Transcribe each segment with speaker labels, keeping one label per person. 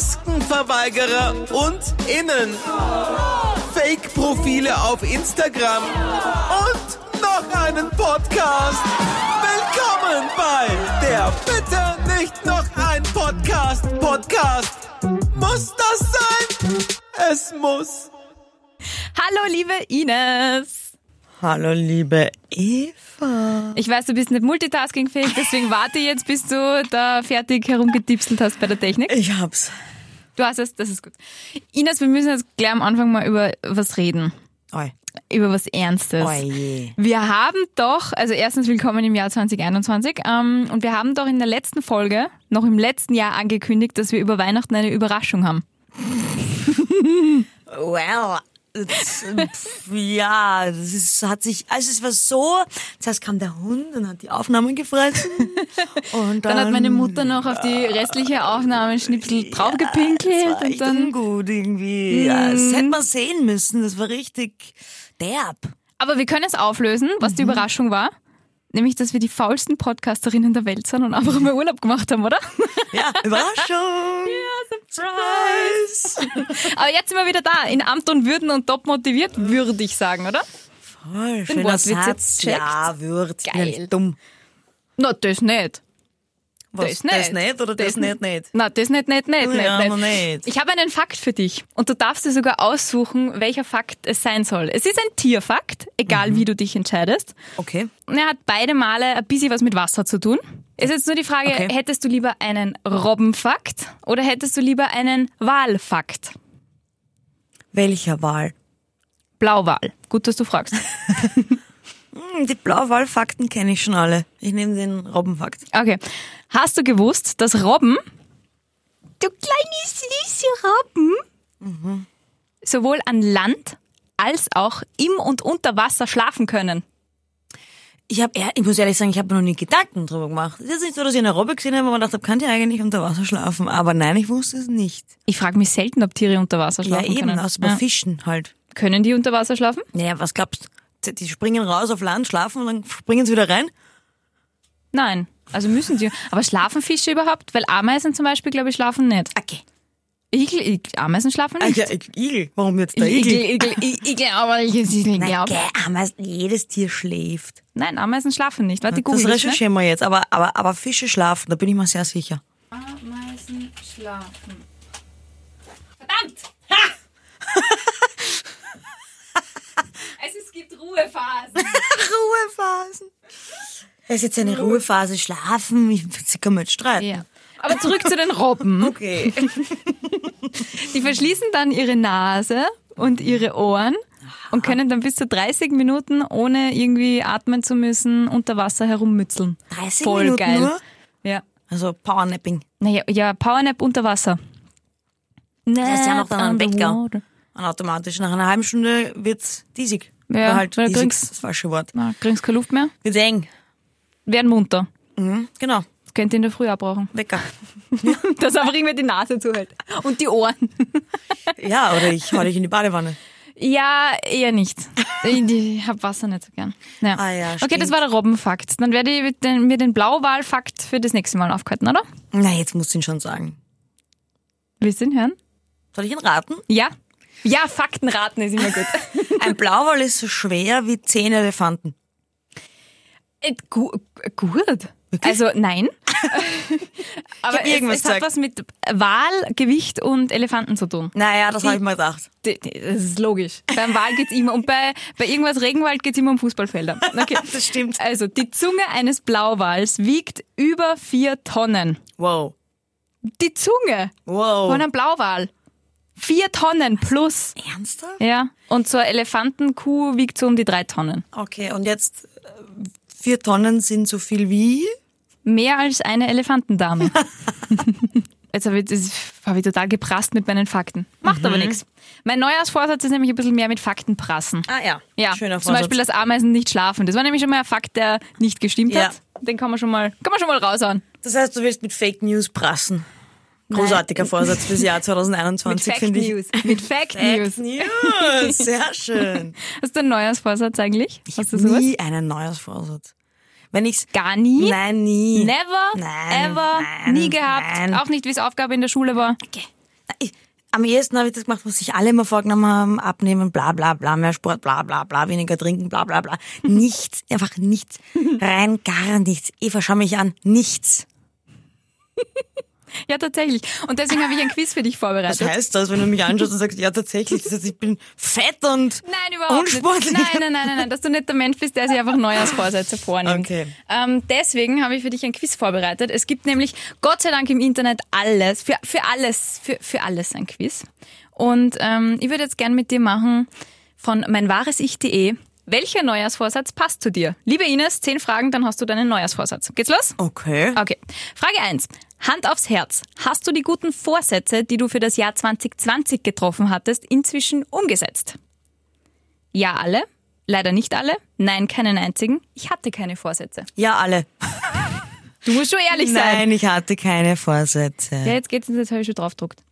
Speaker 1: Maskenverweigerer und Innen, Fake-Profile auf Instagram und noch einen Podcast. Willkommen bei der Bitte nicht noch ein Podcast. Podcast. Muss das sein? Es muss.
Speaker 2: Hallo, liebe Ines.
Speaker 3: Hallo, liebe Eva.
Speaker 2: Ich weiß, du bist nicht multitaskingfähig, deswegen warte ich jetzt, bis du da fertig herumgetipselt hast bei der Technik.
Speaker 3: Ich hab's.
Speaker 2: Du hast es, das ist gut. Ines, wir müssen jetzt gleich am Anfang mal über was reden.
Speaker 3: Oi.
Speaker 2: Über was Ernstes.
Speaker 3: Oje.
Speaker 2: Wir haben doch, also erstens willkommen im Jahr 2021, ähm, und wir haben doch in der letzten Folge, noch im letzten Jahr angekündigt, dass wir über Weihnachten eine Überraschung haben.
Speaker 3: Well, it's, pf, ja, das ist, hat sich, also es war so, zuerst kam der Hund und hat die Aufnahmen gefressen. Und dann,
Speaker 2: Dann hat meine Mutter noch auf die restliche Aufnahme einen Schnipsel
Speaker 3: das
Speaker 2: draufgepinkelt
Speaker 3: war
Speaker 2: und
Speaker 3: echt
Speaker 2: dann.
Speaker 3: ungut irgendwie. Ja, das hätte man sehen müssen, das war richtig derb.
Speaker 2: Aber wir können es auflösen, was
Speaker 3: Mhm.
Speaker 2: die Überraschung war. Nämlich, dass wir die faulsten Podcasterinnen der Welt sind und einfach mal Urlaub gemacht haben, oder?
Speaker 3: Ja, Überraschung. Surprise.
Speaker 2: Aber jetzt sind wir wieder da, in Amt und Würden und top motiviert, würde ich sagen, oder?
Speaker 3: Voll schöner
Speaker 2: Wortwitz
Speaker 3: Satz.
Speaker 2: jetzt checkt.
Speaker 3: ja, wird.
Speaker 2: Geil.
Speaker 3: Nicht dumm.
Speaker 2: Na, das nicht.
Speaker 3: Was,
Speaker 2: Das nicht.
Speaker 3: Das nicht oder das, nicht nicht?
Speaker 2: Na, das nicht, nicht, nicht,
Speaker 3: Ja,
Speaker 2: nicht,
Speaker 3: aber
Speaker 2: nicht.
Speaker 3: nicht.
Speaker 2: Ich habe einen Fakt für dich und du darfst dir sogar aussuchen, welcher Fakt es sein soll. Es ist ein Tierfakt,
Speaker 3: Mhm.
Speaker 2: egal wie du dich entscheidest.
Speaker 3: Okay.
Speaker 2: Und er hat beide Male ein bisschen was mit Wasser zu tun. Ist jetzt nur die Frage,
Speaker 3: Okay.
Speaker 2: hättest du lieber einen Robbenfakt oder hättest du lieber einen Walfakt?
Speaker 3: Welcher Wahl?
Speaker 2: Blauwal. Gut, dass du fragst.
Speaker 3: Hm, Die Blauwahlfakten kenne ich schon alle. Ich nehme den Robbenfakt.
Speaker 2: Okay. Hast du gewusst, dass Robben, du kleine süße Robben,
Speaker 3: Mhm.
Speaker 2: sowohl an Land als auch im und unter Wasser schlafen können?
Speaker 3: Ich habe, ich muss ehrlich sagen, ich habe mir noch nie Gedanken drüber gemacht. Es ist jetzt nicht so, dass ich eine Robbe gesehen habe, wo man dachte, kann die eigentlich unter Wasser schlafen? Aber nein, ich wusste es nicht.
Speaker 2: Ich frage mich selten, ob Tiere unter Wasser
Speaker 3: Ja,
Speaker 2: schlafen
Speaker 3: eben,
Speaker 2: können.
Speaker 3: außer bei
Speaker 2: Ja.
Speaker 3: Fischen halt.
Speaker 2: Können die unter Wasser schlafen?
Speaker 3: Naja, was gab's? Die springen raus auf Land, schlafen und dann springen sie wieder rein.
Speaker 2: Nein. Also müssen sie. Aber schlafen Fische überhaupt? Weil Ameisen zum Beispiel, glaube ich, schlafen nicht.
Speaker 3: Okay.
Speaker 2: Igel, Igel, Ameisen schlafen nicht.
Speaker 3: Ah, Igel. Warum jetzt der Igel?
Speaker 2: Igel, Igel, Igel, aber ich, ich, ich, ich
Speaker 3: Nein,
Speaker 2: glaube.
Speaker 3: gell, Ameisen, jedes Tier schläft.
Speaker 2: Nein, Ameisen schlafen nicht. Warte,
Speaker 3: Das
Speaker 2: googelst, ne?
Speaker 3: recherchieren wir jetzt, aber, aber, aber Fische schlafen, da bin ich mir sehr sicher.
Speaker 2: Ameisen schlafen. Verdammt! Ha! es, es gibt Ruhephasen.
Speaker 3: Ruhephasen. Es ist jetzt eine Ruhephase, schlafen, ich, sie kann mit streiten.
Speaker 2: Ja. Aber zurück zu den Robben.
Speaker 3: Okay.
Speaker 2: Die verschließen dann ihre Nase und ihre Ohren und können dann bis zu 30 Minuten, ohne irgendwie atmen zu müssen, unter Wasser herummützeln.
Speaker 3: 30
Speaker 2: Voll
Speaker 3: Minuten
Speaker 2: geil.
Speaker 3: nur?
Speaker 2: Ja.
Speaker 3: Also Powernapping.
Speaker 2: Naja, ja, Powernap unter Wasser. Das
Speaker 3: heißt, die haben auch dann einen Wecker. Und automatisch nach einer halben Stunde wird's diesig.
Speaker 2: Ja,
Speaker 3: Oder halt
Speaker 2: weil du
Speaker 3: diesig,
Speaker 2: kriegst-
Speaker 3: das falsche Wort.
Speaker 2: Na, kriegst keine Luft mehr.
Speaker 3: Wird eng.
Speaker 2: Werden munter.
Speaker 3: Mhm, genau,
Speaker 2: Das könnt ihr in der Früh abbrauchen.
Speaker 3: Wecker.
Speaker 2: Dass einfach irgendwer die Nase zuhält. Und die Ohren.
Speaker 3: ja, oder ich hau dich in die Badewanne.
Speaker 2: Ja, eher nicht. Ich hab Wasser nicht so gern. Naja.
Speaker 3: Ah ja,
Speaker 2: okay,
Speaker 3: stimmt.
Speaker 2: das war der Robbenfakt. Dann werde ich mit den- mir den Blauwalfakt für das nächste Mal aufhalten, oder?
Speaker 3: Na, jetzt musst du ihn schon sagen.
Speaker 2: Willst du ihn hören?
Speaker 3: Soll ich ihn raten?
Speaker 2: Ja. Ja, Fakten raten ist immer gut.
Speaker 3: Ein Blauwal ist so schwer wie zehn Elefanten.
Speaker 2: Äh, gu gut. Also nein. Aber
Speaker 3: hab
Speaker 2: es,
Speaker 3: irgendwas
Speaker 2: es hat
Speaker 3: gesagt.
Speaker 2: was mit Wahl, Gewicht und Elefanten zu tun.
Speaker 3: Naja, das habe ich mir gedacht.
Speaker 2: D- d- Das ist logisch. Beim Wahl geht's immer und bei, bei irgendwas Regenwald geht's immer um Fußballfelder. Okay.
Speaker 3: Das stimmt.
Speaker 2: Also die Zunge eines Blauwals wiegt über vier Tonnen.
Speaker 3: Wow.
Speaker 2: Die Zunge
Speaker 3: Wow.
Speaker 2: von einem Blauwal. Vier Tonnen plus.
Speaker 3: Ernsthaft?
Speaker 2: Ja. Und so eine Elefantenkuh wiegt so um die drei Tonnen.
Speaker 3: Okay, und jetzt äh, vier Tonnen sind so viel wie?
Speaker 2: Mehr als eine Elefantendame. Jetzt habe ich, das- hab ich total geprasst mit meinen Fakten. Macht
Speaker 3: Mhm.
Speaker 2: aber nichts. Mein Neujahrsvorsatz ist nämlich ein bisschen mehr mit Fakten prassen.
Speaker 3: Ah ja.
Speaker 2: Ja,
Speaker 3: Schöner
Speaker 2: zum
Speaker 3: Vorsatz.
Speaker 2: Beispiel, dass Ameisen nicht schlafen. Das war nämlich schon mal ein Fakt, der nicht gestimmt
Speaker 3: Ja.
Speaker 2: hat. Den kann man schon mal, kann man schon mal raushauen.
Speaker 3: Das heißt, du willst mit Fake News prassen. Großartiger Vorsatz fürs Jahr
Speaker 2: Mit
Speaker 3: 2021,
Speaker 2: Fact
Speaker 3: finde ich.
Speaker 2: News. Mit Fact News.
Speaker 3: Fake News. Sehr schön.
Speaker 2: Hast du einen Neujahrsvorsatz eigentlich?
Speaker 3: Ich
Speaker 2: Hast
Speaker 3: habe
Speaker 2: du sowas?
Speaker 3: nie einen Neujahrsvorsatz. Wenn ich's.
Speaker 2: Gar nie? Ne?
Speaker 3: Nein, nie.
Speaker 2: Never?
Speaker 3: Nein,
Speaker 2: ever?
Speaker 3: nein,
Speaker 2: nie gehabt?
Speaker 3: nein.
Speaker 2: Auch nicht, wie es Aufgabe in der Schule war?
Speaker 3: ich, am ehesten habe ich das gemacht, was sich alle immer vorgenommen haben, abnehmen, bla bla bla, mehr Sport, bla bla bla, weniger trinken, bla bla bla. Nichts, einfach nichts, rein gar nichts. Eva, schau mich an, nichts.
Speaker 2: Ja, tatsächlich. Und deswegen habe ich ein Quiz für dich
Speaker 3: Was
Speaker 2: vorbereitet.
Speaker 3: heißt das, wenn du mich anschaust und sagst, ja tatsächlich, das heißt, ich bin fett und
Speaker 2: Nein, überhaupt
Speaker 3: unsportlich?
Speaker 2: nicht. Nein, nein, nein, nein, nein, dass du nicht der Mensch bist, der sich einfach Neujahrsvorsätze vornimmt.
Speaker 3: Okay.
Speaker 2: Ähm, deswegen habe ich für dich ein Quiz vorbereitet. Es gibt nämlich Gott sei Dank im Internet alles, für, für alles, für, für alles ein Quiz. Und ähm, ich würde jetzt gern mit dir machen von meinwahresich.de. Welcher Neujahrsvorsatz passt zu dir? Liebe Ines, zehn Fragen, dann hast du deinen Neujahrsvorsatz. Geht's los?
Speaker 3: Okay.
Speaker 2: Okay. Frage 1. Hand aufs Herz. Hast du die guten Vorsätze, die du für das Jahr 2020 getroffen hattest, inzwischen umgesetzt? Ja, alle. Leider nicht alle. Nein, keinen einzigen. Ich hatte keine Vorsätze.
Speaker 3: Ja, alle.
Speaker 2: Du musst schon ehrlich sein.
Speaker 3: Nein, ich hatte keine Vorsätze.
Speaker 2: Ja, jetzt geht's, jetzt habe ich schon draufgedruckt.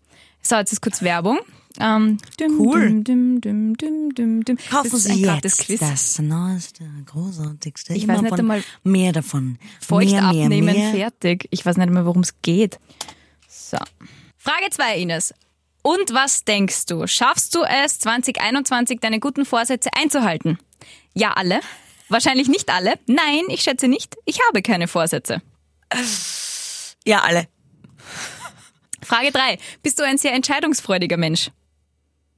Speaker 2: So, jetzt ist kurz Werbung. Ähm, düm,
Speaker 3: Cool.
Speaker 2: Düm, düm, düm, düm, düm, düm.
Speaker 3: Kaufen
Speaker 2: das ist
Speaker 3: Sie
Speaker 2: ein gratis
Speaker 3: jetzt
Speaker 2: Quiz.
Speaker 3: das neueste, großartigste.
Speaker 2: Ich weiß
Speaker 3: immer
Speaker 2: nicht
Speaker 3: von-
Speaker 2: einmal-
Speaker 3: mehr davon.
Speaker 2: Feucht
Speaker 3: mehr, mehr,
Speaker 2: abnehmen,
Speaker 3: mehr.
Speaker 2: fertig. Ich weiß nicht mehr, worum es geht. So. Frage 2, Ines. Und was denkst du? Schaffst du es, 2021 deine guten Vorsätze einzuhalten? Ja, alle. Wahrscheinlich nicht alle. Nein, ich schätze nicht. Ich habe keine Vorsätze.
Speaker 3: Ja, alle.
Speaker 2: Frage 3. Bist du ein sehr entscheidungsfreudiger Mensch?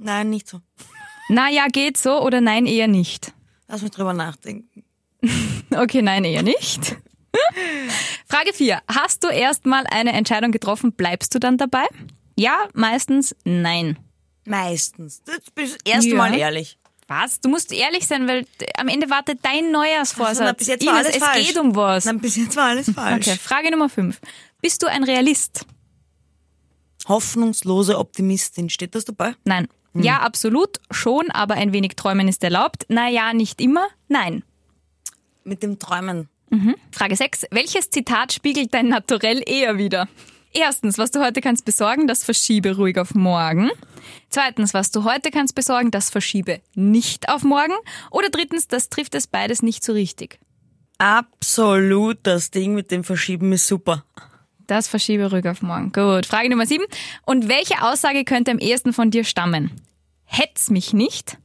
Speaker 3: Nein, nicht so.
Speaker 2: Na ja, geht so oder nein, eher nicht.
Speaker 3: Lass mich drüber nachdenken.
Speaker 2: Okay, nein, eher nicht. Frage 4. Hast du erstmal eine Entscheidung getroffen, bleibst du dann dabei? Ja, meistens nein.
Speaker 3: Meistens. Das bist du erst
Speaker 2: Ja.
Speaker 3: mal ehrlich.
Speaker 2: Was? Du musst ehrlich sein, weil äh, am Ende wartet dein Neujahrsvorsatz.
Speaker 3: Also, na, bis jetzt war
Speaker 2: Ines,
Speaker 3: alles
Speaker 2: es
Speaker 3: falsch.
Speaker 2: geht um was.
Speaker 3: Nein, bis jetzt war alles falsch.
Speaker 2: okay, Frage Nummer 5. Bist du ein Realist?
Speaker 3: Hoffnungslose Optimistin. Steht das dabei?
Speaker 2: Nein.
Speaker 3: Hm.
Speaker 2: Ja, absolut, schon, aber ein wenig träumen ist erlaubt. Naja, nicht immer, nein.
Speaker 3: Mit dem Träumen.
Speaker 2: Frage 6. Welches Zitat spiegelt dein Naturell eher wider? Erstens, was du heute kannst besorgen, das verschiebe ruhig auf morgen. Zweitens, was du heute kannst besorgen, das verschiebe nicht auf morgen. Oder drittens, das trifft es beides nicht so richtig.
Speaker 3: Absolut. Das Ding mit dem Verschieben ist super.
Speaker 2: Das verschiebe rück auf morgen. Gut. Frage Nummer sieben. Und welche Aussage könnte am ehesten von dir stammen? Hetz mich nicht?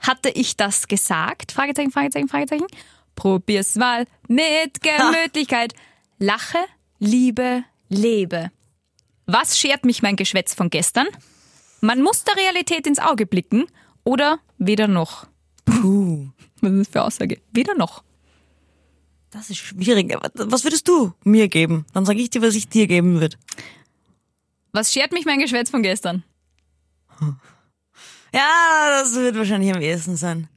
Speaker 2: Hatte ich das gesagt? Fragezeichen, Fragezeichen, Fragezeichen. Probier's mal mit Gemütlichkeit. Lache, liebe, lebe. Was schert mich mein Geschwätz von gestern? Man muss der Realität ins Auge blicken oder weder noch.
Speaker 3: Puh.
Speaker 2: Was ist das für eine Aussage? Weder noch.
Speaker 3: Das ist schwierig. Aber Was würdest du mir geben? Dann sage ich dir, was ich dir geben würde.
Speaker 2: Was schert mich mein Geschwätz von gestern?
Speaker 3: Ja, das wird wahrscheinlich am ehesten sein.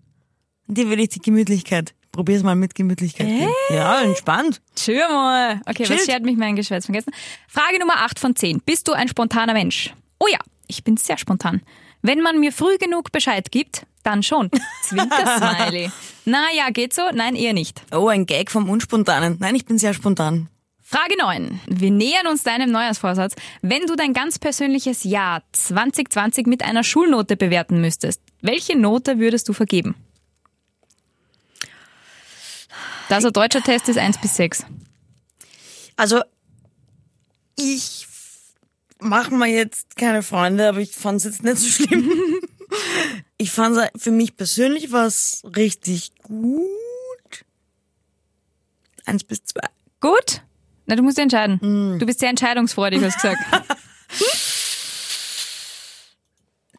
Speaker 3: Dir will ich die Gemütlichkeit. Probier's mal mit Gemütlichkeit. gehen. Ja, entspannt.
Speaker 2: Chill mal. Okay,
Speaker 3: Chillt.
Speaker 2: was schert mich mein Geschwätz von gestern? Frage Nummer 8 von 10. Bist du ein spontaner Mensch? Oh ja, ich bin sehr spontan. Wenn man mir früh genug Bescheid gibt, dann schon. Zwinker-Smiley. naja, geht so? Nein, eher nicht.
Speaker 3: Oh, ein Gag vom Unspontanen. Nein, ich bin sehr spontan.
Speaker 2: Frage 9. Wir nähern uns deinem Neujahrsvorsatz. Wenn du dein ganz persönliches Jahr 2020 mit einer Schulnote bewerten müsstest, welche Note würdest du vergeben? Das ein deutscher Test ist 1 bis 6.
Speaker 3: Also, ich mache mir jetzt keine Freunde, aber ich fand's jetzt nicht so schlimm. ich fand's für mich persönlich was richtig gut. Eins bis zwei.
Speaker 2: Gut? Na, du musst dich entscheiden. Du bist sehr entscheidungsfreudig, hast du gesagt.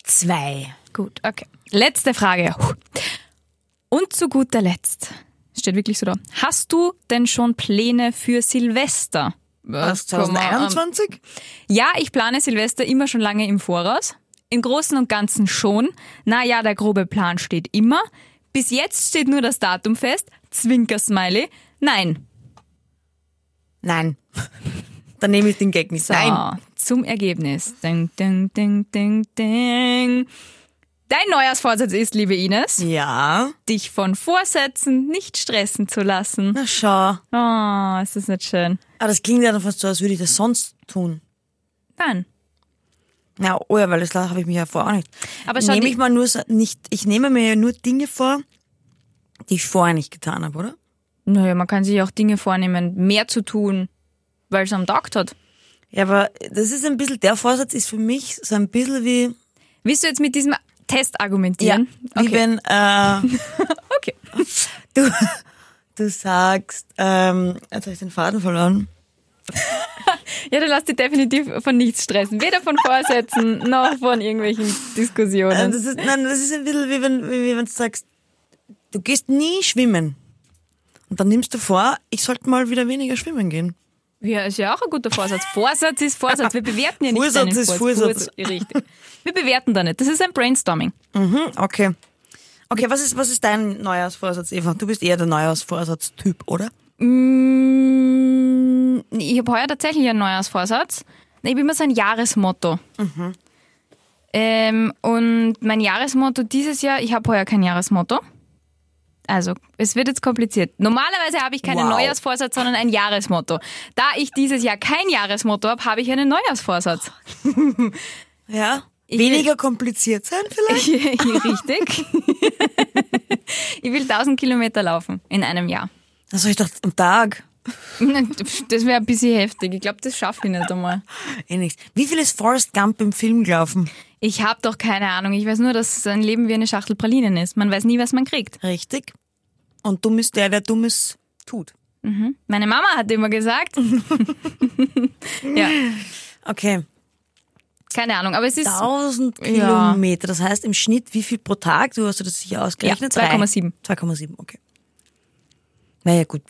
Speaker 3: Zwei.
Speaker 2: Gut, okay. Letzte Frage. Puh. Und zu guter Letzt, steht wirklich so da, hast du denn schon Pläne für Silvester? Äh,
Speaker 3: Was?
Speaker 2: Komm, ähm,
Speaker 3: 2021?
Speaker 2: Ja, ich plane Silvester immer schon lange im Voraus. Im Großen und Ganzen schon. Naja, der grobe Plan steht immer. Bis jetzt steht nur das Datum fest. Zwinker-Smiley. Nein.
Speaker 3: Nein. Dann nehme ich den Gag nicht.
Speaker 2: So,
Speaker 3: Nein.
Speaker 2: zum Ergebnis. Ding, ding, ding, ding, ding. Dein Neujahrsvorsatz ist, liebe Ines,
Speaker 3: Ja.
Speaker 2: dich von Vorsätzen nicht stressen zu lassen.
Speaker 3: Na schau.
Speaker 2: Oh, ist das nicht schön?
Speaker 3: Aber das klingt ja dann fast so, als würde ich das sonst tun.
Speaker 2: Nein.
Speaker 3: Ja, oh ja, weil das habe ich mir ja vor auch nicht.
Speaker 2: Aber schau,
Speaker 3: nehme
Speaker 2: die-
Speaker 3: ich mal nur so- nicht, ich nehme mir ja nur Dinge vor, die ich vorher nicht getan habe, oder?
Speaker 2: Naja, man kann sich auch Dinge vornehmen, mehr zu tun, weil es am Tag hat.
Speaker 3: Ja, aber das ist ein bisschen, der Vorsatz ist für mich so ein bisschen wie,
Speaker 2: Willst du jetzt mit diesem Test argumentieren?
Speaker 3: wie
Speaker 2: okay.
Speaker 3: wenn äh,
Speaker 2: okay.
Speaker 3: du, du sagst, ähm, jetzt habe ich den Faden verloren.
Speaker 2: Ja, du lass dich definitiv von nichts stressen. Weder von Vorsätzen noch von irgendwelchen
Speaker 3: Nein,
Speaker 2: Diskussionen.
Speaker 3: das ist, nein, das ist ein bisschen wie wenn, wie, wie wenn du sagst, du gehst nie schwimmen. Und dann nimmst du vor, ich sollte mal wieder weniger schwimmen gehen.
Speaker 2: Ja, ist ja auch ein guter Vorsatz. Vorsatz ist Vorsatz. Wir bewerten ja nicht
Speaker 3: Vorsatz
Speaker 2: deinen
Speaker 3: ist
Speaker 2: Vorsatz.
Speaker 3: Vorsatz.
Speaker 2: Richtig. Wir bewerten da nicht. Das ist ein Brainstorming.
Speaker 3: Hm, Okay. Okay, was ist, was ist dein Neujahrsvorsatz, Eva? Du bist eher der Neujahrsvorsatz-Typ, oder?
Speaker 2: Mm, Ich habe heuer tatsächlich einen Neujahrsvorsatz. Ich habe immer so ein Jahresmotto.
Speaker 3: Mhm.
Speaker 2: Ähm, und mein Jahresmotto dieses Jahr, ich habe heuer kein Jahresmotto. Also, es wird jetzt kompliziert. Normalerweise habe ich keinen
Speaker 3: Wow.
Speaker 2: Neujahrsvorsatz, sondern ein Jahresmotto. Da ich dieses Jahr kein Jahresmotto habe, habe ich einen Neujahrsvorsatz.
Speaker 3: Ja. Weniger kompliziert sein vielleicht?
Speaker 2: Richtig. ich will 1000 Kilometer laufen in einem Jahr.
Speaker 3: Also ich dachte, am Tag.
Speaker 2: Das wäre ein bisschen heftig. Ich glaube, das schaffe ich nicht einmal.
Speaker 3: Eh nichts. Wie viel ist Forrest Gump im Film gelaufen?
Speaker 2: Ich habe doch keine Ahnung. Ich weiß nur, dass sein Leben wie eine Schachtel Pralinen ist. Man weiß nie, was man kriegt.
Speaker 3: Richtig. Und dumm ist der, der Dummes tut.
Speaker 2: Meine Mama hat immer gesagt. ja,
Speaker 3: Okay.
Speaker 2: keine Ahnung. Aber es ist
Speaker 3: 1000
Speaker 2: Ja.
Speaker 3: Kilometer. Das heißt im Schnitt wie viel pro Tag? Du hast dir das sicher ausgerechnet?
Speaker 2: Ja,
Speaker 3: Drei.
Speaker 2: 2,7.
Speaker 3: 2,7, okay. Naja, gut.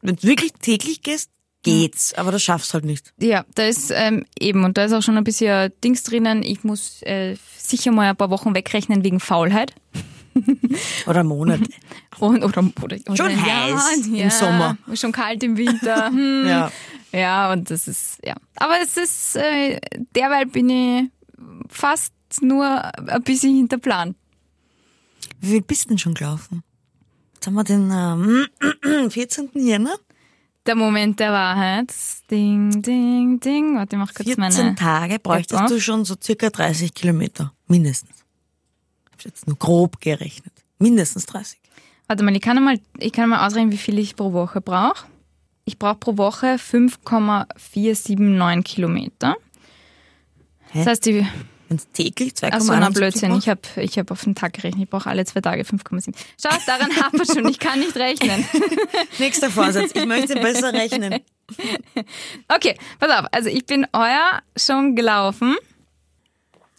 Speaker 3: Wenn du wirklich täglich gehst, geht's.
Speaker 2: Mhm.
Speaker 3: Aber das schaffst halt nicht.
Speaker 2: ja, da ist ähm, eben und da ist auch schon ein bisschen Dings drinnen. Ich muss äh, sicher mal ein paar Wochen wegrechnen wegen Faulheit
Speaker 3: Oder Monate.
Speaker 2: und oder, oder, oder
Speaker 3: Schon
Speaker 2: ja,
Speaker 3: heiß im
Speaker 2: ja,
Speaker 3: Sommer.
Speaker 2: schon kalt im Winter. Hm.
Speaker 3: ja.
Speaker 2: Ja, und das ist, ja. Aber es ist, äh, derweil bin ich fast nur ein bisschen hinter Plan.
Speaker 3: Wie viel bist du denn schon gelaufen? Jetzt haben wir den ähm, 14. Jänner.
Speaker 2: Der Moment der Wahrheit. Ding, ding, ding. Warte, ich mach kurz
Speaker 3: 14
Speaker 2: meine.
Speaker 3: Tage bräuchtest
Speaker 2: Ja.
Speaker 3: du schon so circa 30 Kilometer. Mindestens. Ich habe jetzt nur grob gerechnet. Mindestens 30.
Speaker 2: Warte mal, ich kann mal, ich kann mal ausrechnen, wie viel ich pro Woche brauche. Ich brauche pro Woche 5,479 Kilometer.
Speaker 3: Hä?
Speaker 2: Das heißt, ich,
Speaker 3: Wenn täglich 2,1
Speaker 2: ach so, na Blödsinn, ich habe ich hab auf den Tag gerechnet, ich brauche alle zwei Tage 5,7. Schau, daran hapert schon, ich kann nicht rechnen.
Speaker 3: Nächster Vorsatz. Ich möchte besser rechnen.
Speaker 2: Okay, pass auf. Also ich bin euer schon gelaufen.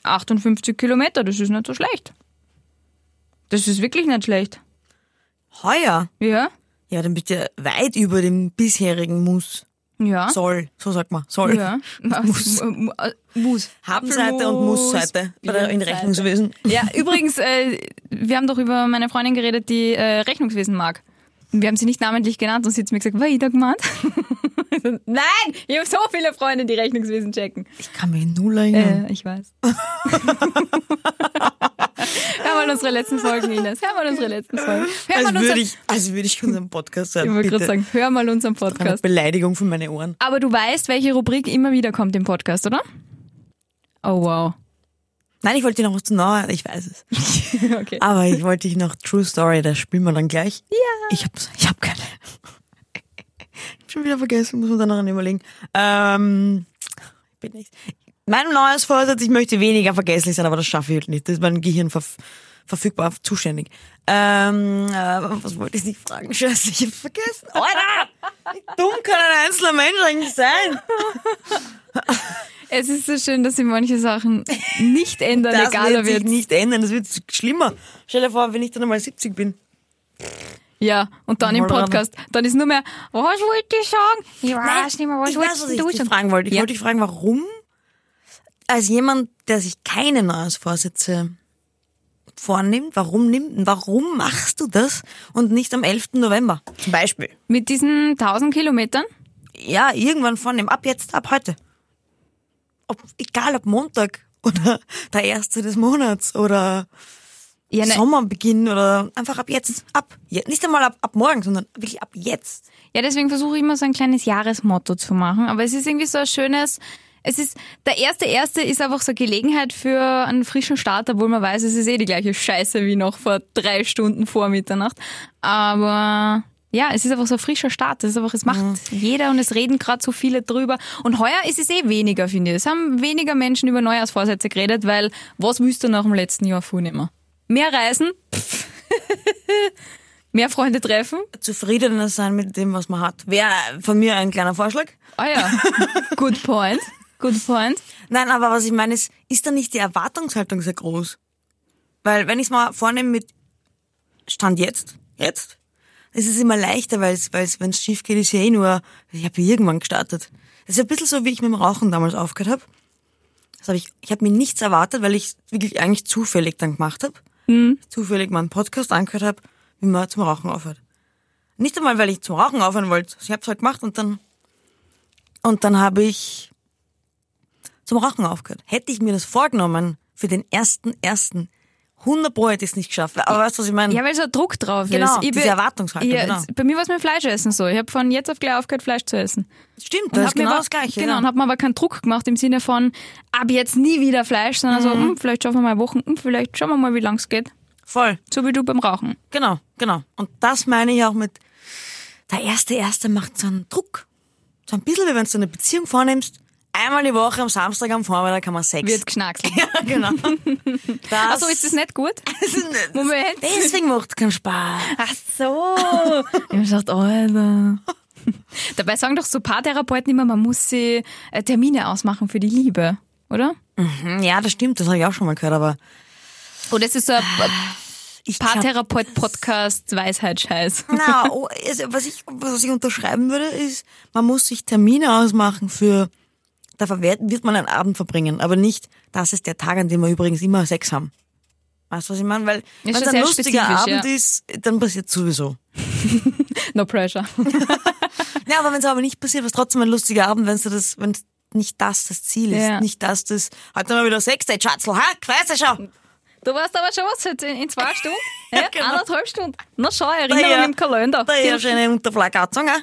Speaker 2: 58 Kilometer, das ist nicht so schlecht. Das ist wirklich nicht schlecht.
Speaker 3: Heuer.
Speaker 2: Ja?
Speaker 3: Ja, dann bist du ja weit über dem bisherigen Muss.
Speaker 2: Ja.
Speaker 3: Soll. So sagt man. Soll.
Speaker 2: Ah? Ja. Muss. Muss.
Speaker 3: Habenseite und Mussseite. Bei der, in Rechnungswesen.
Speaker 2: Ja, übrigens, äh, wir haben doch über meine Freundin geredet, die äh, Rechnungswesen mag. Wir haben sie nicht namentlich genannt und sie hat mir gesagt, war ich da gemeint? Nein, ich habe so viele Freunde, die Rechnungswesen checken.
Speaker 3: Ich kann mich null erinnern.
Speaker 2: Äh, ich weiß. Hör mal unsere letzten Folgen, Ines. Hör mal unsere letzten Folgen. Hör
Speaker 3: als,
Speaker 2: mal unseren,
Speaker 3: würde ich, als würde ich unseren Podcast
Speaker 2: ich
Speaker 3: sagen.
Speaker 2: wollte gerade
Speaker 3: bitte.
Speaker 2: sagen, hör mal unseren
Speaker 3: Eine
Speaker 2: Podcast.
Speaker 3: Beleidigung für meine Ohren.
Speaker 2: Aber du weißt, welche Rubrik immer wieder kommt im Podcast, oder? Oh wow.
Speaker 3: Nein, ich wollte dir noch was zu nahe, ich weiß es.
Speaker 2: okay.
Speaker 3: Aber ich wollte dich noch True Story, das spielen wir dann gleich. Ja. Ich hab, ich hab keine. Ich hab schon wieder vergessen, muss man dann noch überlegen. Ähm, ich bin nicht. Mein neues Vorsatz, ich möchte weniger vergesslich sein, aber das schaffe ich halt nicht. Das ist mein Gehirn verf verfügbar, zuständig. Ähm, äh, was wollte ich nicht fragen? Scheiße, ich hab's vergessen. Alter! Wie dumm kann ein einzelner Mensch eigentlich sein?
Speaker 2: Es ist so schön, dass sie manche Sachen nicht ändern,
Speaker 3: Das
Speaker 2: egal
Speaker 3: wird
Speaker 2: ob
Speaker 3: sich
Speaker 2: jetzt.
Speaker 3: nicht ändern, das wird schlimmer. Stell dir vor, wenn ich dann einmal 70 bin.
Speaker 2: Ja, und dann im
Speaker 3: Mal ran.
Speaker 2: Podcast. Dann ist nur mehr, was wollte ich sagen? Ich
Speaker 3: Nein,
Speaker 2: weiß Ah, nicht mehr, was
Speaker 3: ich weiß, was
Speaker 2: wolltest
Speaker 3: ich
Speaker 2: du
Speaker 3: dich
Speaker 2: sagen?
Speaker 3: fragen wollte. Ich
Speaker 2: Ja.
Speaker 3: wollte dich fragen, warum als jemand, der sich keine Neujahrsvorsätze vornimmt, warum nimmt, warum machst du das und nicht am 11. November? Zum Beispiel.
Speaker 2: Mit diesen 1000 Kilometern?
Speaker 3: Ja, irgendwann vornehmen, ab jetzt, ab heute. Ob, egal ob Montag oder der erste des Monats oder
Speaker 2: Ja, ne-
Speaker 3: Sommerbeginn oder einfach ab jetzt, ab. Je- Nicht einmal ab, ab morgen, sondern wirklich ab jetzt.
Speaker 2: Ja, deswegen versuche ich immer so ein kleines Jahresmotto zu machen. Aber es ist irgendwie so ein schönes. Es ist, der erste erste ist einfach so eine Gelegenheit für einen frischen Start, obwohl man weiß, es ist eh die gleiche Scheiße wie noch vor drei Stunden vor Mitternacht. Aber Ja, es ist einfach so ein frischer Start. Das ist einfach, es macht jeder und es reden gerade so viele drüber. Und heuer ist es eh weniger, finde ich. Es haben weniger Menschen über Neujahrsvorsätze geredet, weil was willst du nach dem letzten Jahr vornehmen? Mehr reisen? Pff. Mehr Freunde treffen?
Speaker 3: Zufriedener sein mit dem, was man hat. Wäre von mir ein kleiner Vorschlag.
Speaker 2: Ah ja, good point. Good point.
Speaker 3: Nein, aber was ich meine ist, ist da nicht die Erwartungshaltung sehr groß? Weil wenn ich es mal vornehme mit Stand jetzt, jetzt, es ist immer leichter, weil es, wenn es schief geht, ist ja eh nur, ich habe irgendwann gestartet. Das ist ein bisschen so, wie ich mit dem Rauchen damals aufgehört habe. Das hab ich ich habe mir nichts erwartet, weil ich wirklich eigentlich zufällig dann gemacht habe. Zufällig mal einen Podcast angehört habe, wie man zum Rauchen aufhört. Nicht einmal, weil ich zum Rauchen aufhören wollte. Ich habe es halt gemacht und dann und dann habe ich zum Rauchen aufgehört. Hätte ich mir das vorgenommen für den ersten ersten, 100 Pro hätte ich es nicht geschafft. Aber weißt du, was ich meine?
Speaker 2: Ja, weil so ein Druck drauf ist.
Speaker 3: Genau,
Speaker 2: Ich
Speaker 3: diese
Speaker 2: bin-
Speaker 3: Erwartungshaltung,
Speaker 2: Ja,
Speaker 3: genau.
Speaker 2: Bei mir war es mit Fleischessen so. Ich habe von jetzt auf gleich aufgehört, Fleisch zu essen.
Speaker 3: Stimmt,
Speaker 2: Und hab
Speaker 3: das ist
Speaker 2: mir
Speaker 3: genau
Speaker 2: aber-
Speaker 3: das Gleiche.
Speaker 2: Genau,
Speaker 3: ja.
Speaker 2: und habe mir aber keinen Druck gemacht im Sinne von, ab jetzt nie wieder Fleisch, sondern so,
Speaker 3: Mhm.
Speaker 2: hm, vielleicht schaffen wir mal Wochen, hm, vielleicht schauen wir mal, wie lang es geht.
Speaker 3: Voll,
Speaker 2: So wie du beim Rauchen.
Speaker 3: genau, genau. Und das meine ich auch mit, der erste Erste macht so einen Druck. So ein bisschen, wie wenn du eine Beziehung vornimmst. Einmal die Woche am Samstag am Vormittag kann man Sex.
Speaker 2: Wird geschnackt.
Speaker 3: ja, genau. Das,
Speaker 2: Also ist das nicht gut? Moment. Ah.
Speaker 3: Deswegen macht keinen Spaß.
Speaker 2: Ach so. ich hab gedacht, Alter. Dabei sagen doch so Paartherapeuten immer, man muss sie äh, Termine ausmachen für die Liebe, oder?
Speaker 3: Hm, Ja, das stimmt, das habe ich auch schon mal gehört, aber
Speaker 2: Oder es ist so ein
Speaker 3: Ah. ich glaub-
Speaker 2: Paartherapeut-Podcast Weisheitsscheiß.
Speaker 3: Na, oh, also was ich, was ich unterschreiben würde, ist, man muss sich Termine ausmachen für, da verwehrt- wird man einen Abend verbringen, aber nicht, das ist der Tag, an dem wir übrigens immer Sex haben. Weißt du, was ich meine? Weil, wenn
Speaker 2: schon
Speaker 3: es ein
Speaker 2: sehr
Speaker 3: lustiger
Speaker 2: spezifisch, ja.
Speaker 3: Abend ist, dann passiert sowieso.
Speaker 2: No pressure.
Speaker 3: Ja, aber wenn es aber nicht passiert, was trotzdem ein lustiger Abend, wenn es das, wenn nicht das das Ziel ist,
Speaker 2: Ja.
Speaker 3: nicht das das, heute haben wir wieder Sex, der Schatzl, ha, weißt du schon.
Speaker 2: Du warst aber schon was jetzt in, in zwei Stunden? Ja,
Speaker 3: genau.
Speaker 2: Anderthalb Stunden. Na schau, Erinnerung
Speaker 3: ja.
Speaker 2: im Kalender.
Speaker 3: Da ja schon eine Unterflagge angezogen, ha?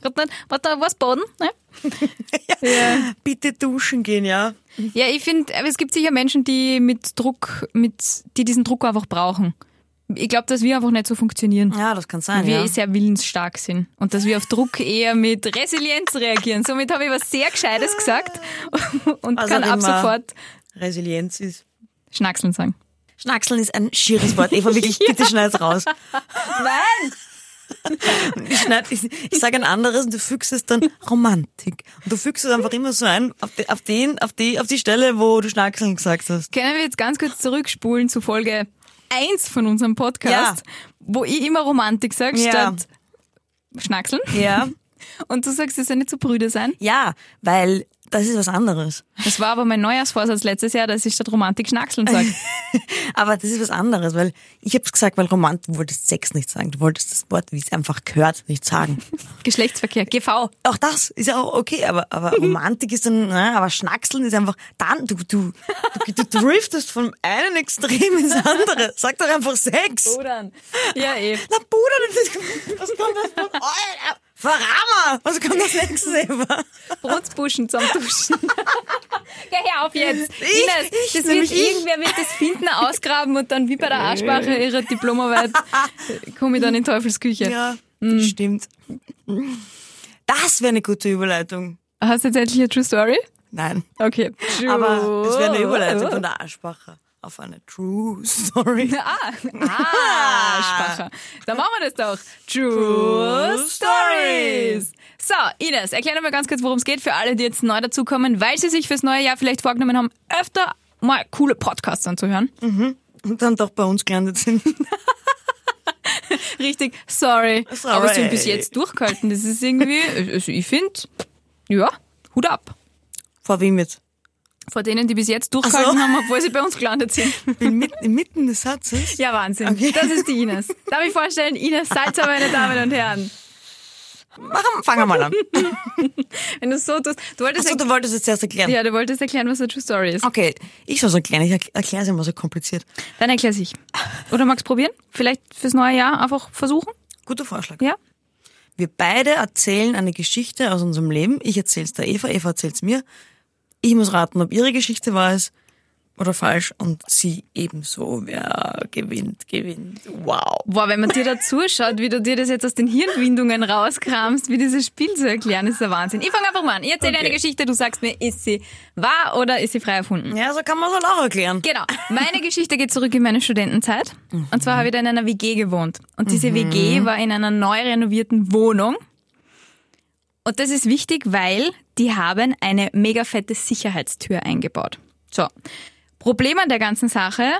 Speaker 2: Grad nicht, warte, was baden? Ne?
Speaker 3: Bitte duschen gehen, ja.
Speaker 2: Ja, ich finde, es gibt sicher Menschen, die mit Druck, mit, die diesen Druck einfach brauchen. Ich glaube, dass wir einfach nicht so funktionieren.
Speaker 3: Ja, das kann sein,
Speaker 2: wir
Speaker 3: Ah,
Speaker 2: eh
Speaker 3: ja.
Speaker 2: sehr willensstark sind und dass wir auf Druck eher mit Resilienz reagieren. Somit habe ich was sehr Gescheites gesagt und
Speaker 3: Was
Speaker 2: kann
Speaker 3: auch
Speaker 2: ab
Speaker 3: Ah. Also immer.
Speaker 2: sofort
Speaker 3: Resilienz ist.
Speaker 2: Schnackseln sagen.
Speaker 3: Schnackseln ist ein schieres Wort. Eva, wirklich, bitte schneid's raus.
Speaker 2: Nein!
Speaker 3: Ich, schneid, ich, ich sage ein anderes und du fügst es dann Romantik. Und du fügst es einfach immer so ein auf, de, auf den, auf die, auf die Stelle, wo du Schnackseln gesagt hast.
Speaker 2: Können wir jetzt ganz kurz zurückspulen zu Folge 1 von unserem Podcast, wo ich immer Romantik sage,
Speaker 3: Ja.
Speaker 2: statt Schnackseln.
Speaker 3: Ja.
Speaker 2: Und du sagst, es soll nicht zu Brüder sein.
Speaker 3: Ja, weil das ist was anderes.
Speaker 2: Das war aber mein Neujahrsvorsatz letztes Jahr, dass ich statt Romantik Schnackseln sage.
Speaker 3: Aber das ist was anderes, weil ich hab's gesagt, weil Romantik, du wolltest Sex nicht sagen. Du wolltest das Wort, wie es einfach gehört, nicht sagen.
Speaker 2: Geschlechtsverkehr, GV.
Speaker 3: Auch das ist ja auch okay, aber, aber Romantik ist dann, na, aber Schnackseln ist einfach, dann, du, du, du, du driftest vom einen Extrem ins andere. Sag doch einfach Sex.
Speaker 2: Rudern. Ja, eh.
Speaker 3: Na Bruder, das, was kommt das von Alter, Verrammer! Was kommt das nächste Eva?
Speaker 2: Brutzbuschen zum Duschen. Geh her auf jetzt.
Speaker 3: Ich,
Speaker 2: Ines,
Speaker 3: ich,
Speaker 2: das wird,
Speaker 3: nämlich ich.
Speaker 2: irgendwer wird das finden, ausgraben und dann wie bei der Arschbache ihrer Diplomarbeit komme ich dann in Teufelsküche.
Speaker 3: Ja, das stimmt. Das wäre eine gute Überleitung.
Speaker 2: Hast du jetzt endlich eine True Story?
Speaker 3: Nein,
Speaker 2: Okay.
Speaker 3: aber das wäre eine Überleitung von
Speaker 2: der
Speaker 3: der Aschbacher auf eine True Story.
Speaker 2: Ah, ah Arschbacher. Dann machen wir das doch. True
Speaker 3: True
Speaker 2: Stories. So, Ines, erklär nochmal ganz kurz, worum es geht für alle, die jetzt neu dazukommen, weil sie sich fürs neue Jahr vielleicht vorgenommen haben, öfter mal coole Podcasts anzuhören.
Speaker 3: Mhm. Und dann doch bei uns gelandet sind.
Speaker 2: Richtig, sorry.
Speaker 3: Sorry.
Speaker 2: Aber sind bis jetzt durchgehalten. Das ist irgendwie, also ich finde, ja, Hut ab.
Speaker 3: Vor wem jetzt?
Speaker 2: Vor denen, die bis jetzt durchgehalten
Speaker 3: Ach so.
Speaker 2: haben, obwohl sie bei uns gelandet sind.
Speaker 3: Ich bin mitten, inmitten des Satzes.
Speaker 2: Ja, Wahnsinn.
Speaker 3: Okay.
Speaker 2: Das ist die Ines. Darf ich vorstellen, Ines Salzer, meine Damen und Herren.
Speaker 3: Machen, fangen wir mal an.
Speaker 2: Wenn du so tust, du wolltest,
Speaker 3: Achso, du wolltest jetzt erst erklären.
Speaker 2: ja, du wolltest erklären, was eine True Story ist.
Speaker 3: Okay, ich soll so erklären, ich erkläre es immer so kompliziert.
Speaker 2: Dann erklär's ich. Oder magst probieren? Vielleicht fürs neue Jahr einfach versuchen?
Speaker 3: Guter Vorschlag.
Speaker 2: Ja?
Speaker 3: Wir beide erzählen eine Geschichte aus unserem Leben. Ich erzähl's der Eva, Eva erzählt's mir. Ich muss raten, ob ihre Geschichte war es. oder falsch und sie ebenso. Wer gewinnt, gewinnt. Wow.
Speaker 2: Boah, wenn man dir da zuschaut, wie du dir das jetzt aus den Hirnwindungen rauskramst, wie dieses Spiel zu erklären, ist der Wahnsinn. Ich fange einfach mal an. Ich erzähle
Speaker 3: Okay.
Speaker 2: eine Geschichte, du sagst mir, ist sie wahr oder ist sie frei erfunden?
Speaker 3: Ja, so kann man es auch erklären.
Speaker 2: Genau. Meine Geschichte geht zurück in meine Studentenzeit. Und zwar habe ich da in einer WG gewohnt. Und diese WG war in einer neu renovierten Wohnung. Und das ist wichtig, weil die haben eine mega fette Sicherheitstür eingebaut. So. Problem an der ganzen Sache.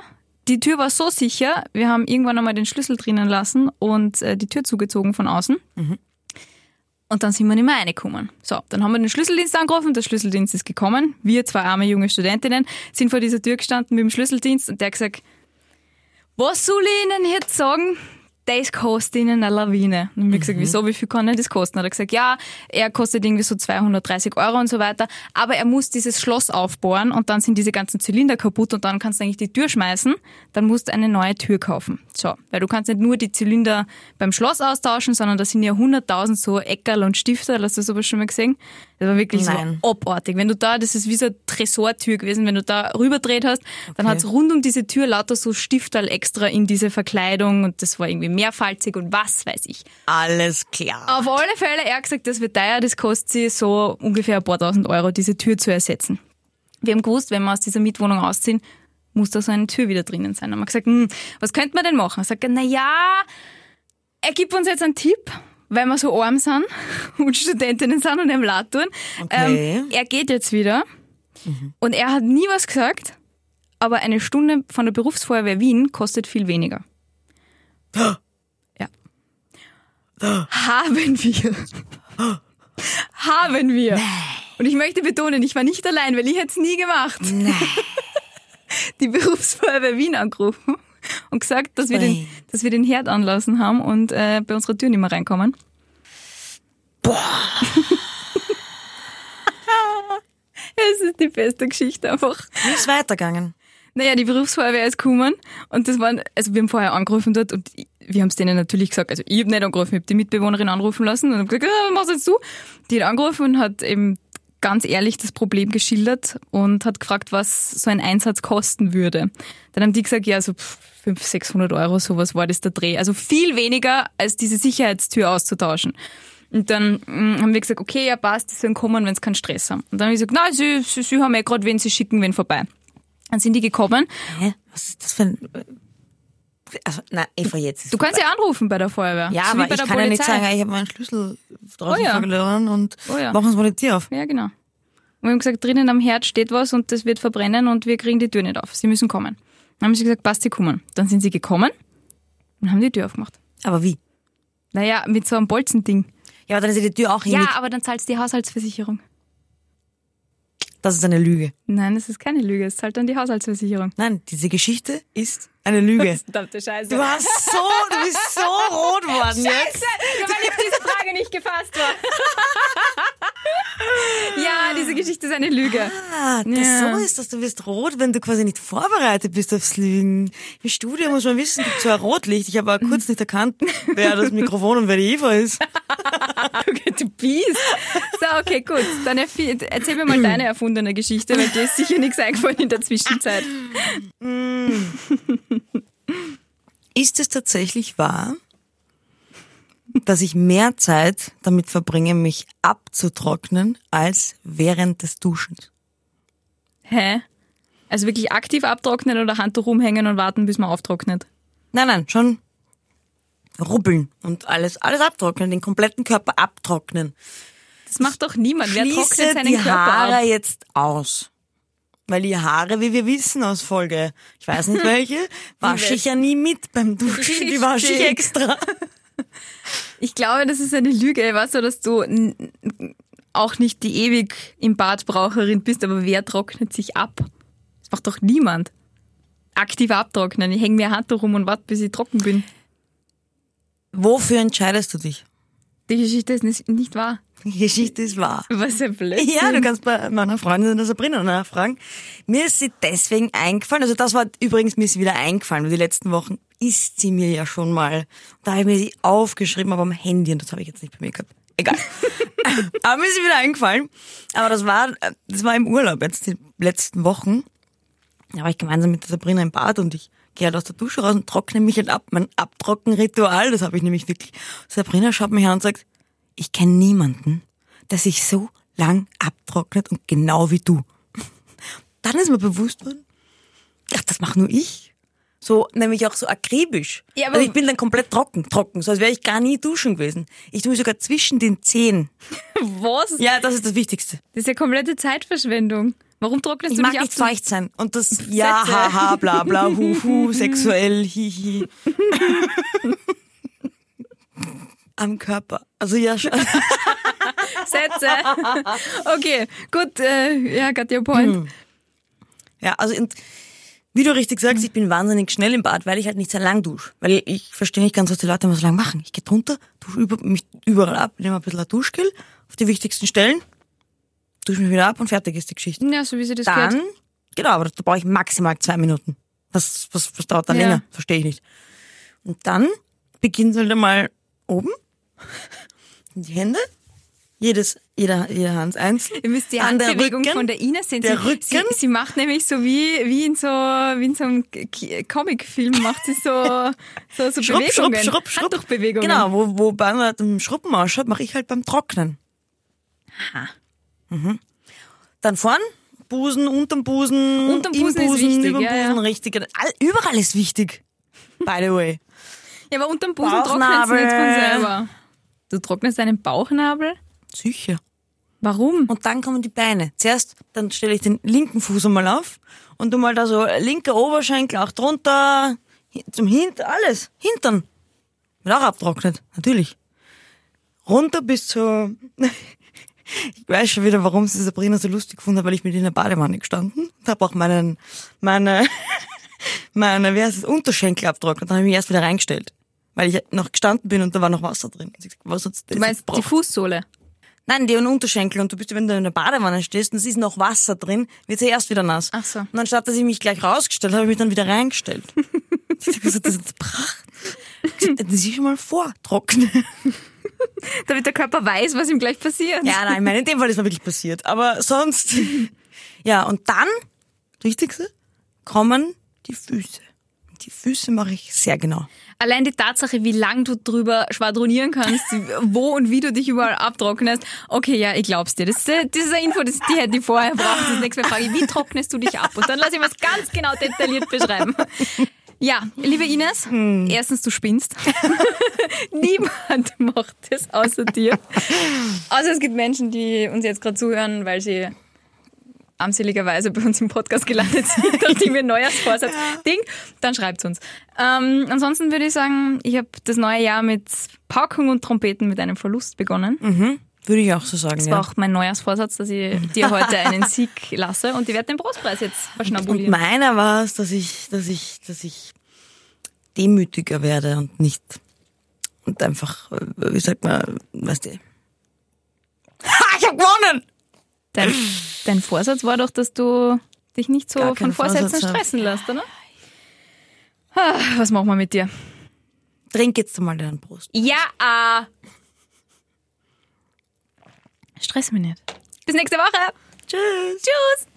Speaker 2: Die Tür war so sicher, wir haben irgendwann einmal den Schlüssel drinnen lassen und äh, die Tür zugezogen von außen. Und dann sind wir nicht mehr reingekommen. So, dann haben wir den Schlüsseldienst angerufen, der Schlüsseldienst ist gekommen. Wir, zwei arme junge Studentinnen, sind vor dieser Tür gestanden mit dem Schlüsseldienst und der hat gesagt, was soll ich Ihnen jetzt sagen? Das kostet Ihnen eine Lawine. Und ich hab gesagt, wieso, wie viel kann denn das kosten? Hat er gesagt, ja, er kostet irgendwie so 230 Euro und so weiter, aber er muss dieses Schloss aufbohren und dann sind diese ganzen Zylinder kaputt und dann kannst du eigentlich die Tür schmeißen, dann musst du eine neue Tür kaufen. So, weil du kannst nicht nur die Zylinder beim Schloss austauschen, sondern da sind ja 100.000 so Eckerl und Stifter, hast du sowas schon mal gesehen? Das war wirklich
Speaker 3: Nein.
Speaker 2: so abartig. Wenn du da, das ist wie so eine Tresortür gewesen, wenn du da rüberdreht hast, dann hat's rund um diese Tür lauter so Stifterl extra in diese Verkleidung und das war irgendwie mehrfalzig und was weiß ich.
Speaker 3: Alles klar.
Speaker 2: Auf alle Fälle, er hat gesagt, das wird teuer, das kostet sie so ungefähr ein paar tausend Euro, diese Tür zu ersetzen. Wir haben gewusst, wenn wir aus dieser Mietwohnung ausziehen, muss da so eine Tür wieder drinnen sein. Haben wir gesagt, hm, was könnte man denn machen? Er sagt, na ja, er gibt uns jetzt einen Tipp, weil wir so arm sind und Studentinnen sind und im Lad tun. Ähm,
Speaker 3: Okay.
Speaker 2: er geht jetzt wieder und er hat nie was gesagt, aber eine Stunde von der Berufsfeuerwehr Wien kostet viel weniger. ja. Haben wir. Haben wir. Und ich möchte betonen, ich war nicht allein, weil ich hätte es nie gemacht. Die Berufsfeuerwehr Wien angerufen und gesagt, dass wir, den,
Speaker 3: Ui.
Speaker 2: dass wir den Herd anlassen haben und äh, bei unserer Tür nicht mehr reinkommen. Boah. Es ist die beste Geschichte einfach.
Speaker 3: Wie ist weitergegangen?
Speaker 2: Naja, die Berufsfeuerwehr ist gekommen und das waren, also wir haben vorher angerufen dort und ich- wir haben es denen natürlich gesagt, also ich habe nicht angerufen, ich habe die Mitbewohnerin anrufen lassen und habe gesagt, ah, was machst jetzt du? Die hat angerufen und hat eben ganz ehrlich das Problem geschildert und hat gefragt, was so ein Einsatz kosten würde. Dann haben die gesagt, ja, so pff, 500, 600 Euro, sowas war das der Dreh. Also viel weniger, als diese Sicherheitstür auszutauschen. Und dann mm, haben wir gesagt, okay, ja passt, die sollen kommen, wenn sie keinen Stress haben. Und dann habe ich gesagt, nein, sie, sie, sie haben eh gerade wen, sie schicken wen vorbei. Dann sind die gekommen.
Speaker 3: Hä? Was ist das für ein... äh, Also, nein, Eva, jetzt ist
Speaker 2: Du kannst ja anrufen bei der Feuerwehr.
Speaker 3: Ja,
Speaker 2: so wie
Speaker 3: aber
Speaker 2: bei
Speaker 3: ich
Speaker 2: der
Speaker 3: kann
Speaker 2: Polizei.
Speaker 3: ja nicht sagen, ich habe meinen Schlüssel draußen
Speaker 2: Oh ja.
Speaker 3: verloren und
Speaker 2: Oh ja.
Speaker 3: machen uns mal die Tür auf.
Speaker 2: Ja, genau. Und wir haben gesagt, drinnen am Herd steht was und das wird verbrennen und wir kriegen die Tür nicht auf. Sie müssen kommen. Dann haben sie gesagt, passt, sie kommen. Dann sind sie gekommen und haben die Tür aufgemacht.
Speaker 3: Aber wie?
Speaker 2: Naja, mit so einem Bolzending.
Speaker 3: Ja, aber dann ist ja die Tür auch hin.
Speaker 2: Ja, aber dann zahlst du die Haushaltsversicherung.
Speaker 3: Das ist eine Lüge.
Speaker 2: Nein, das ist keine Lüge, es zahlt dann die Haushaltsversicherung.
Speaker 3: Nein, diese Geschichte ist eine Lüge.
Speaker 2: Verdammte Scheiße.
Speaker 3: Du hast so, du bist so rot worden jetzt.
Speaker 2: Ja, weil ich auf diese Frage nicht gefasst war. ja, diese Geschichte ist eine Lüge.
Speaker 3: Ah, das
Speaker 2: Ja.
Speaker 3: so ist das. Du wirst rot, wenn du quasi nicht vorbereitet bist aufs Lügen. Im Studio muss man wissen, gibt so ein Rotlicht. Ich habe auch
Speaker 2: Mhm.
Speaker 3: kurz nicht erkannt, wer das Mikrofon und wer die Eva ist.
Speaker 2: Okay, du bist. So, okay, gut. Dann erfi- erzähl mir mal deine erfundene Geschichte, weil dir ist sicher nichts eingefallen in der Zwischenzeit.
Speaker 3: Ist es tatsächlich wahr, dass ich mehr Zeit damit verbringe, mich abzutrocknen, als während des Duschens?
Speaker 2: Hä? Also wirklich aktiv abtrocknen oder Handtuch rumhängen und warten, bis man auftrocknet?
Speaker 3: Nein, nein, schon rubbeln und alles, alles abtrocknen, den kompletten Körper abtrocknen.
Speaker 2: Das macht doch niemand. Wer
Speaker 3: Schließe
Speaker 2: trocknet seinen
Speaker 3: die
Speaker 2: Körper
Speaker 3: Haare
Speaker 2: ab?
Speaker 3: jetzt aus. Weil die Haare, wie wir wissen aus Folge, ich weiß nicht welche, wasche ich ja nie mit beim Duschen, die wasche ich
Speaker 2: Richtig.
Speaker 3: extra.
Speaker 2: Ich glaube, das ist eine Lüge, weißt du, dass du n- n- auch nicht die ewig im Badbraucherin bist, aber wer trocknet sich ab? Das macht doch niemand. Aktiv abtrocknen. Ich hänge mir ein Handtuch rum und warte, bis ich trocken bin.
Speaker 3: Wofür entscheidest du dich?
Speaker 2: Die Geschichte ist nicht nicht wahr.
Speaker 3: Die Geschichte ist wahr.
Speaker 2: Was ein Blödsinn.
Speaker 3: Ja, du kannst bei meiner Freundin der Sabrina nachfragen. Mir ist sie deswegen eingefallen, also das war übrigens mir ist sie wieder eingefallen, weil die letzten Wochen ist sie mir ja schon mal. Da habe ich mir sie aufgeschrieben, aber am Handy und das habe ich jetzt nicht bei mir gehabt. Egal. aber mir ist sie wieder eingefallen. Aber das war, das war im Urlaub jetzt die letzten Wochen. Da war ich gemeinsam mit der Sabrina im Bad und ich gehe halt aus der Dusche raus und trockne mich halt ab. Mein Abtrockenritual, das habe ich nämlich wirklich. Sabrina schaut mich an und sagt, ich kenne niemanden, der sich so lang abtrocknet und genau wie du. Dann ist mir bewusst worden, ach, das mache nur ich. So, nämlich auch so akribisch.
Speaker 2: Ja,
Speaker 3: Ja,
Speaker 2: aber-
Speaker 3: also ich bin dann komplett trocken, trocken, so als wäre ich gar nie duschen gewesen. Ich tue mich sogar zwischen den Zehen.
Speaker 2: Was?
Speaker 3: Ja, das ist das Wichtigste.
Speaker 2: Das ist ja komplette Zeitverschwendung. Warum trocknest
Speaker 3: Ich
Speaker 2: du
Speaker 3: mag
Speaker 2: dich ab?
Speaker 3: nicht feucht sein. Und das, ja,
Speaker 2: Sätze.
Speaker 3: haha, bla, bla, hu, hu, sexuell, hihi. Am Körper. Also ja, schon.
Speaker 2: Sätze. Okay, gut. Äh, ja, got your point.
Speaker 3: Ja, also und wie du richtig sagst, ich bin wahnsinnig schnell im Bad, weil ich halt nicht sehr lang dusche. Weil ich verstehe nicht ganz, was die Leute immer so lang machen. Ich gehe drunter, dusche über, mich überall ab, nehme ein bisschen ein Duschgel auf die wichtigsten Stellen, dusche mich wieder ab und fertig ist die Geschichte.
Speaker 2: Ja, so wie sie das
Speaker 3: Hm. Dann,
Speaker 2: gehört.
Speaker 3: genau, aber da brauche ich maximal zwei Minuten. Was, was, was dauert da
Speaker 2: Ja.
Speaker 3: länger? Verstehe ich nicht. Und dann beginnt halt einmal oben, die Hände, jedes, jeder, jeder Hand einzeln.
Speaker 2: Ihr müsst die
Speaker 3: An der
Speaker 2: Handbewegung
Speaker 3: Rücken,
Speaker 2: von der Ines sehen.
Speaker 3: der
Speaker 2: sie,
Speaker 3: Rücken.
Speaker 2: Sie, sie macht nämlich so wie, wie in so, wie in so einem K- K- Comicfilm macht sie so, so, so
Speaker 3: Schrupp,
Speaker 2: Bewegungen.
Speaker 3: schrupp, schrupp, schrupp.
Speaker 2: Handtuchbewegungen.
Speaker 3: Genau, wo, wo Bernhard halt im Schruppen ausschaut, mache ich halt beim Trocknen. Mhm.
Speaker 2: Aha.
Speaker 3: Dann vorn, Busen, unterm Busen,
Speaker 2: Unterm
Speaker 3: im
Speaker 2: Busen ist
Speaker 3: Busen,
Speaker 2: wichtig,
Speaker 3: überm
Speaker 2: ja, ja.
Speaker 3: Busen, richtig. All, überall ist wichtig. By the way.
Speaker 2: Ja, aber unterm Busen trocknet sie
Speaker 3: Bauchnabel.
Speaker 2: nicht von selber. Du trocknest deinen Bauchnabel?
Speaker 3: Sicher.
Speaker 2: Warum?
Speaker 3: Mhm. Und dann kommen die Beine. Zuerst, dann stelle ich den linken Fuß einmal auf und tu mal da so linker Oberschenkel auch drunter, hin- zum Hinter, alles, Hintern. Wird auch abtrocknet, natürlich. Runter bis zur, ich weiß schon wieder, warum sie Sabrina so lustig gefunden hat, weil ich mit ihr in der Badewanne gestanden und habe auch meinen, meine, meine, wie heißt es, Unterschenkel abtrocknet. Dann habe ich mich erst wieder reingestellt, weil ich noch gestanden bin und da war noch Wasser drin. Und sie hat gesagt, was hat's das
Speaker 2: Du meinst
Speaker 3: jetzt
Speaker 2: die
Speaker 3: gebracht?
Speaker 2: Fußsohle.
Speaker 3: Nein, die und Unterschenkel. Und du bist, wenn du in der Badewanne stehst und es ist noch Wasser drin, wird sie erst wieder nass.
Speaker 2: Ach so.
Speaker 3: Und anstatt, dass ich mich gleich rausgestellt habe, habe ich mich dann wieder reingestellt. ich habe gesagt, das ist Pracht. Ich hab gesagt, Das ist schon mal vortrocknen.
Speaker 2: Damit der Körper weiß, was ihm gleich passiert.
Speaker 3: Ja, nein, ich meine, in dem Fall ist mir wirklich passiert. Aber sonst. Ja, und dann, das Wichtigste, kommen die Füße. Die Füße mache ich sehr genau.
Speaker 2: Allein die Tatsache, wie lang du drüber schwadronieren kannst, wo und wie du dich überall abtrocknest. Okay, ja, ich glaub's dir. Das, ist, äh, das ist eine Info, das, die hätte ich vorher braucht. Das nächste Mal frage ich, wie trocknest du dich ab? Und dann lass ich mir das ganz genau detailliert beschreiben. Ja, liebe Ines, erstens, du spinnst. Niemand macht das außer dir. Außer es gibt Menschen, die uns jetzt gerade zuhören, weil sie armseligerweise bei uns im Podcast gelandet sind, nachdem wir Neujahrsvorsatz Ding, dann schreibt's uns. Ähm, ansonsten würde ich sagen, ich habe das neue Jahr mit Packung und Trompeten mit einem Verlust begonnen.
Speaker 3: Würde ich auch so sagen.
Speaker 2: Das
Speaker 3: Mhm. ja.
Speaker 2: war auch mein Neujahrsvorsatz, dass ich dir heute einen Sieg lasse und ich werde den Brustpreis jetzt
Speaker 3: Und
Speaker 2: verschnabulieren.
Speaker 3: meiner war es, dass ich, dass ich, dass ich demütiger werde und nicht und einfach, äh, wie sagt man, weißt du. Ha, ich hab gewonnen!
Speaker 2: Dein, dein Vorsatz war doch, dass du dich nicht so
Speaker 3: Gar
Speaker 2: von
Speaker 3: keinen
Speaker 2: Vorsätzen
Speaker 3: Vorsatz habe.
Speaker 2: stressen lässt, oder? Ah, Was machen wir mit dir?
Speaker 3: Trink jetzt mal deinen Brust.
Speaker 2: Ja, ah. Stress mich nicht. Bis nächste Woche.
Speaker 3: Tschüss.
Speaker 2: Tschüss.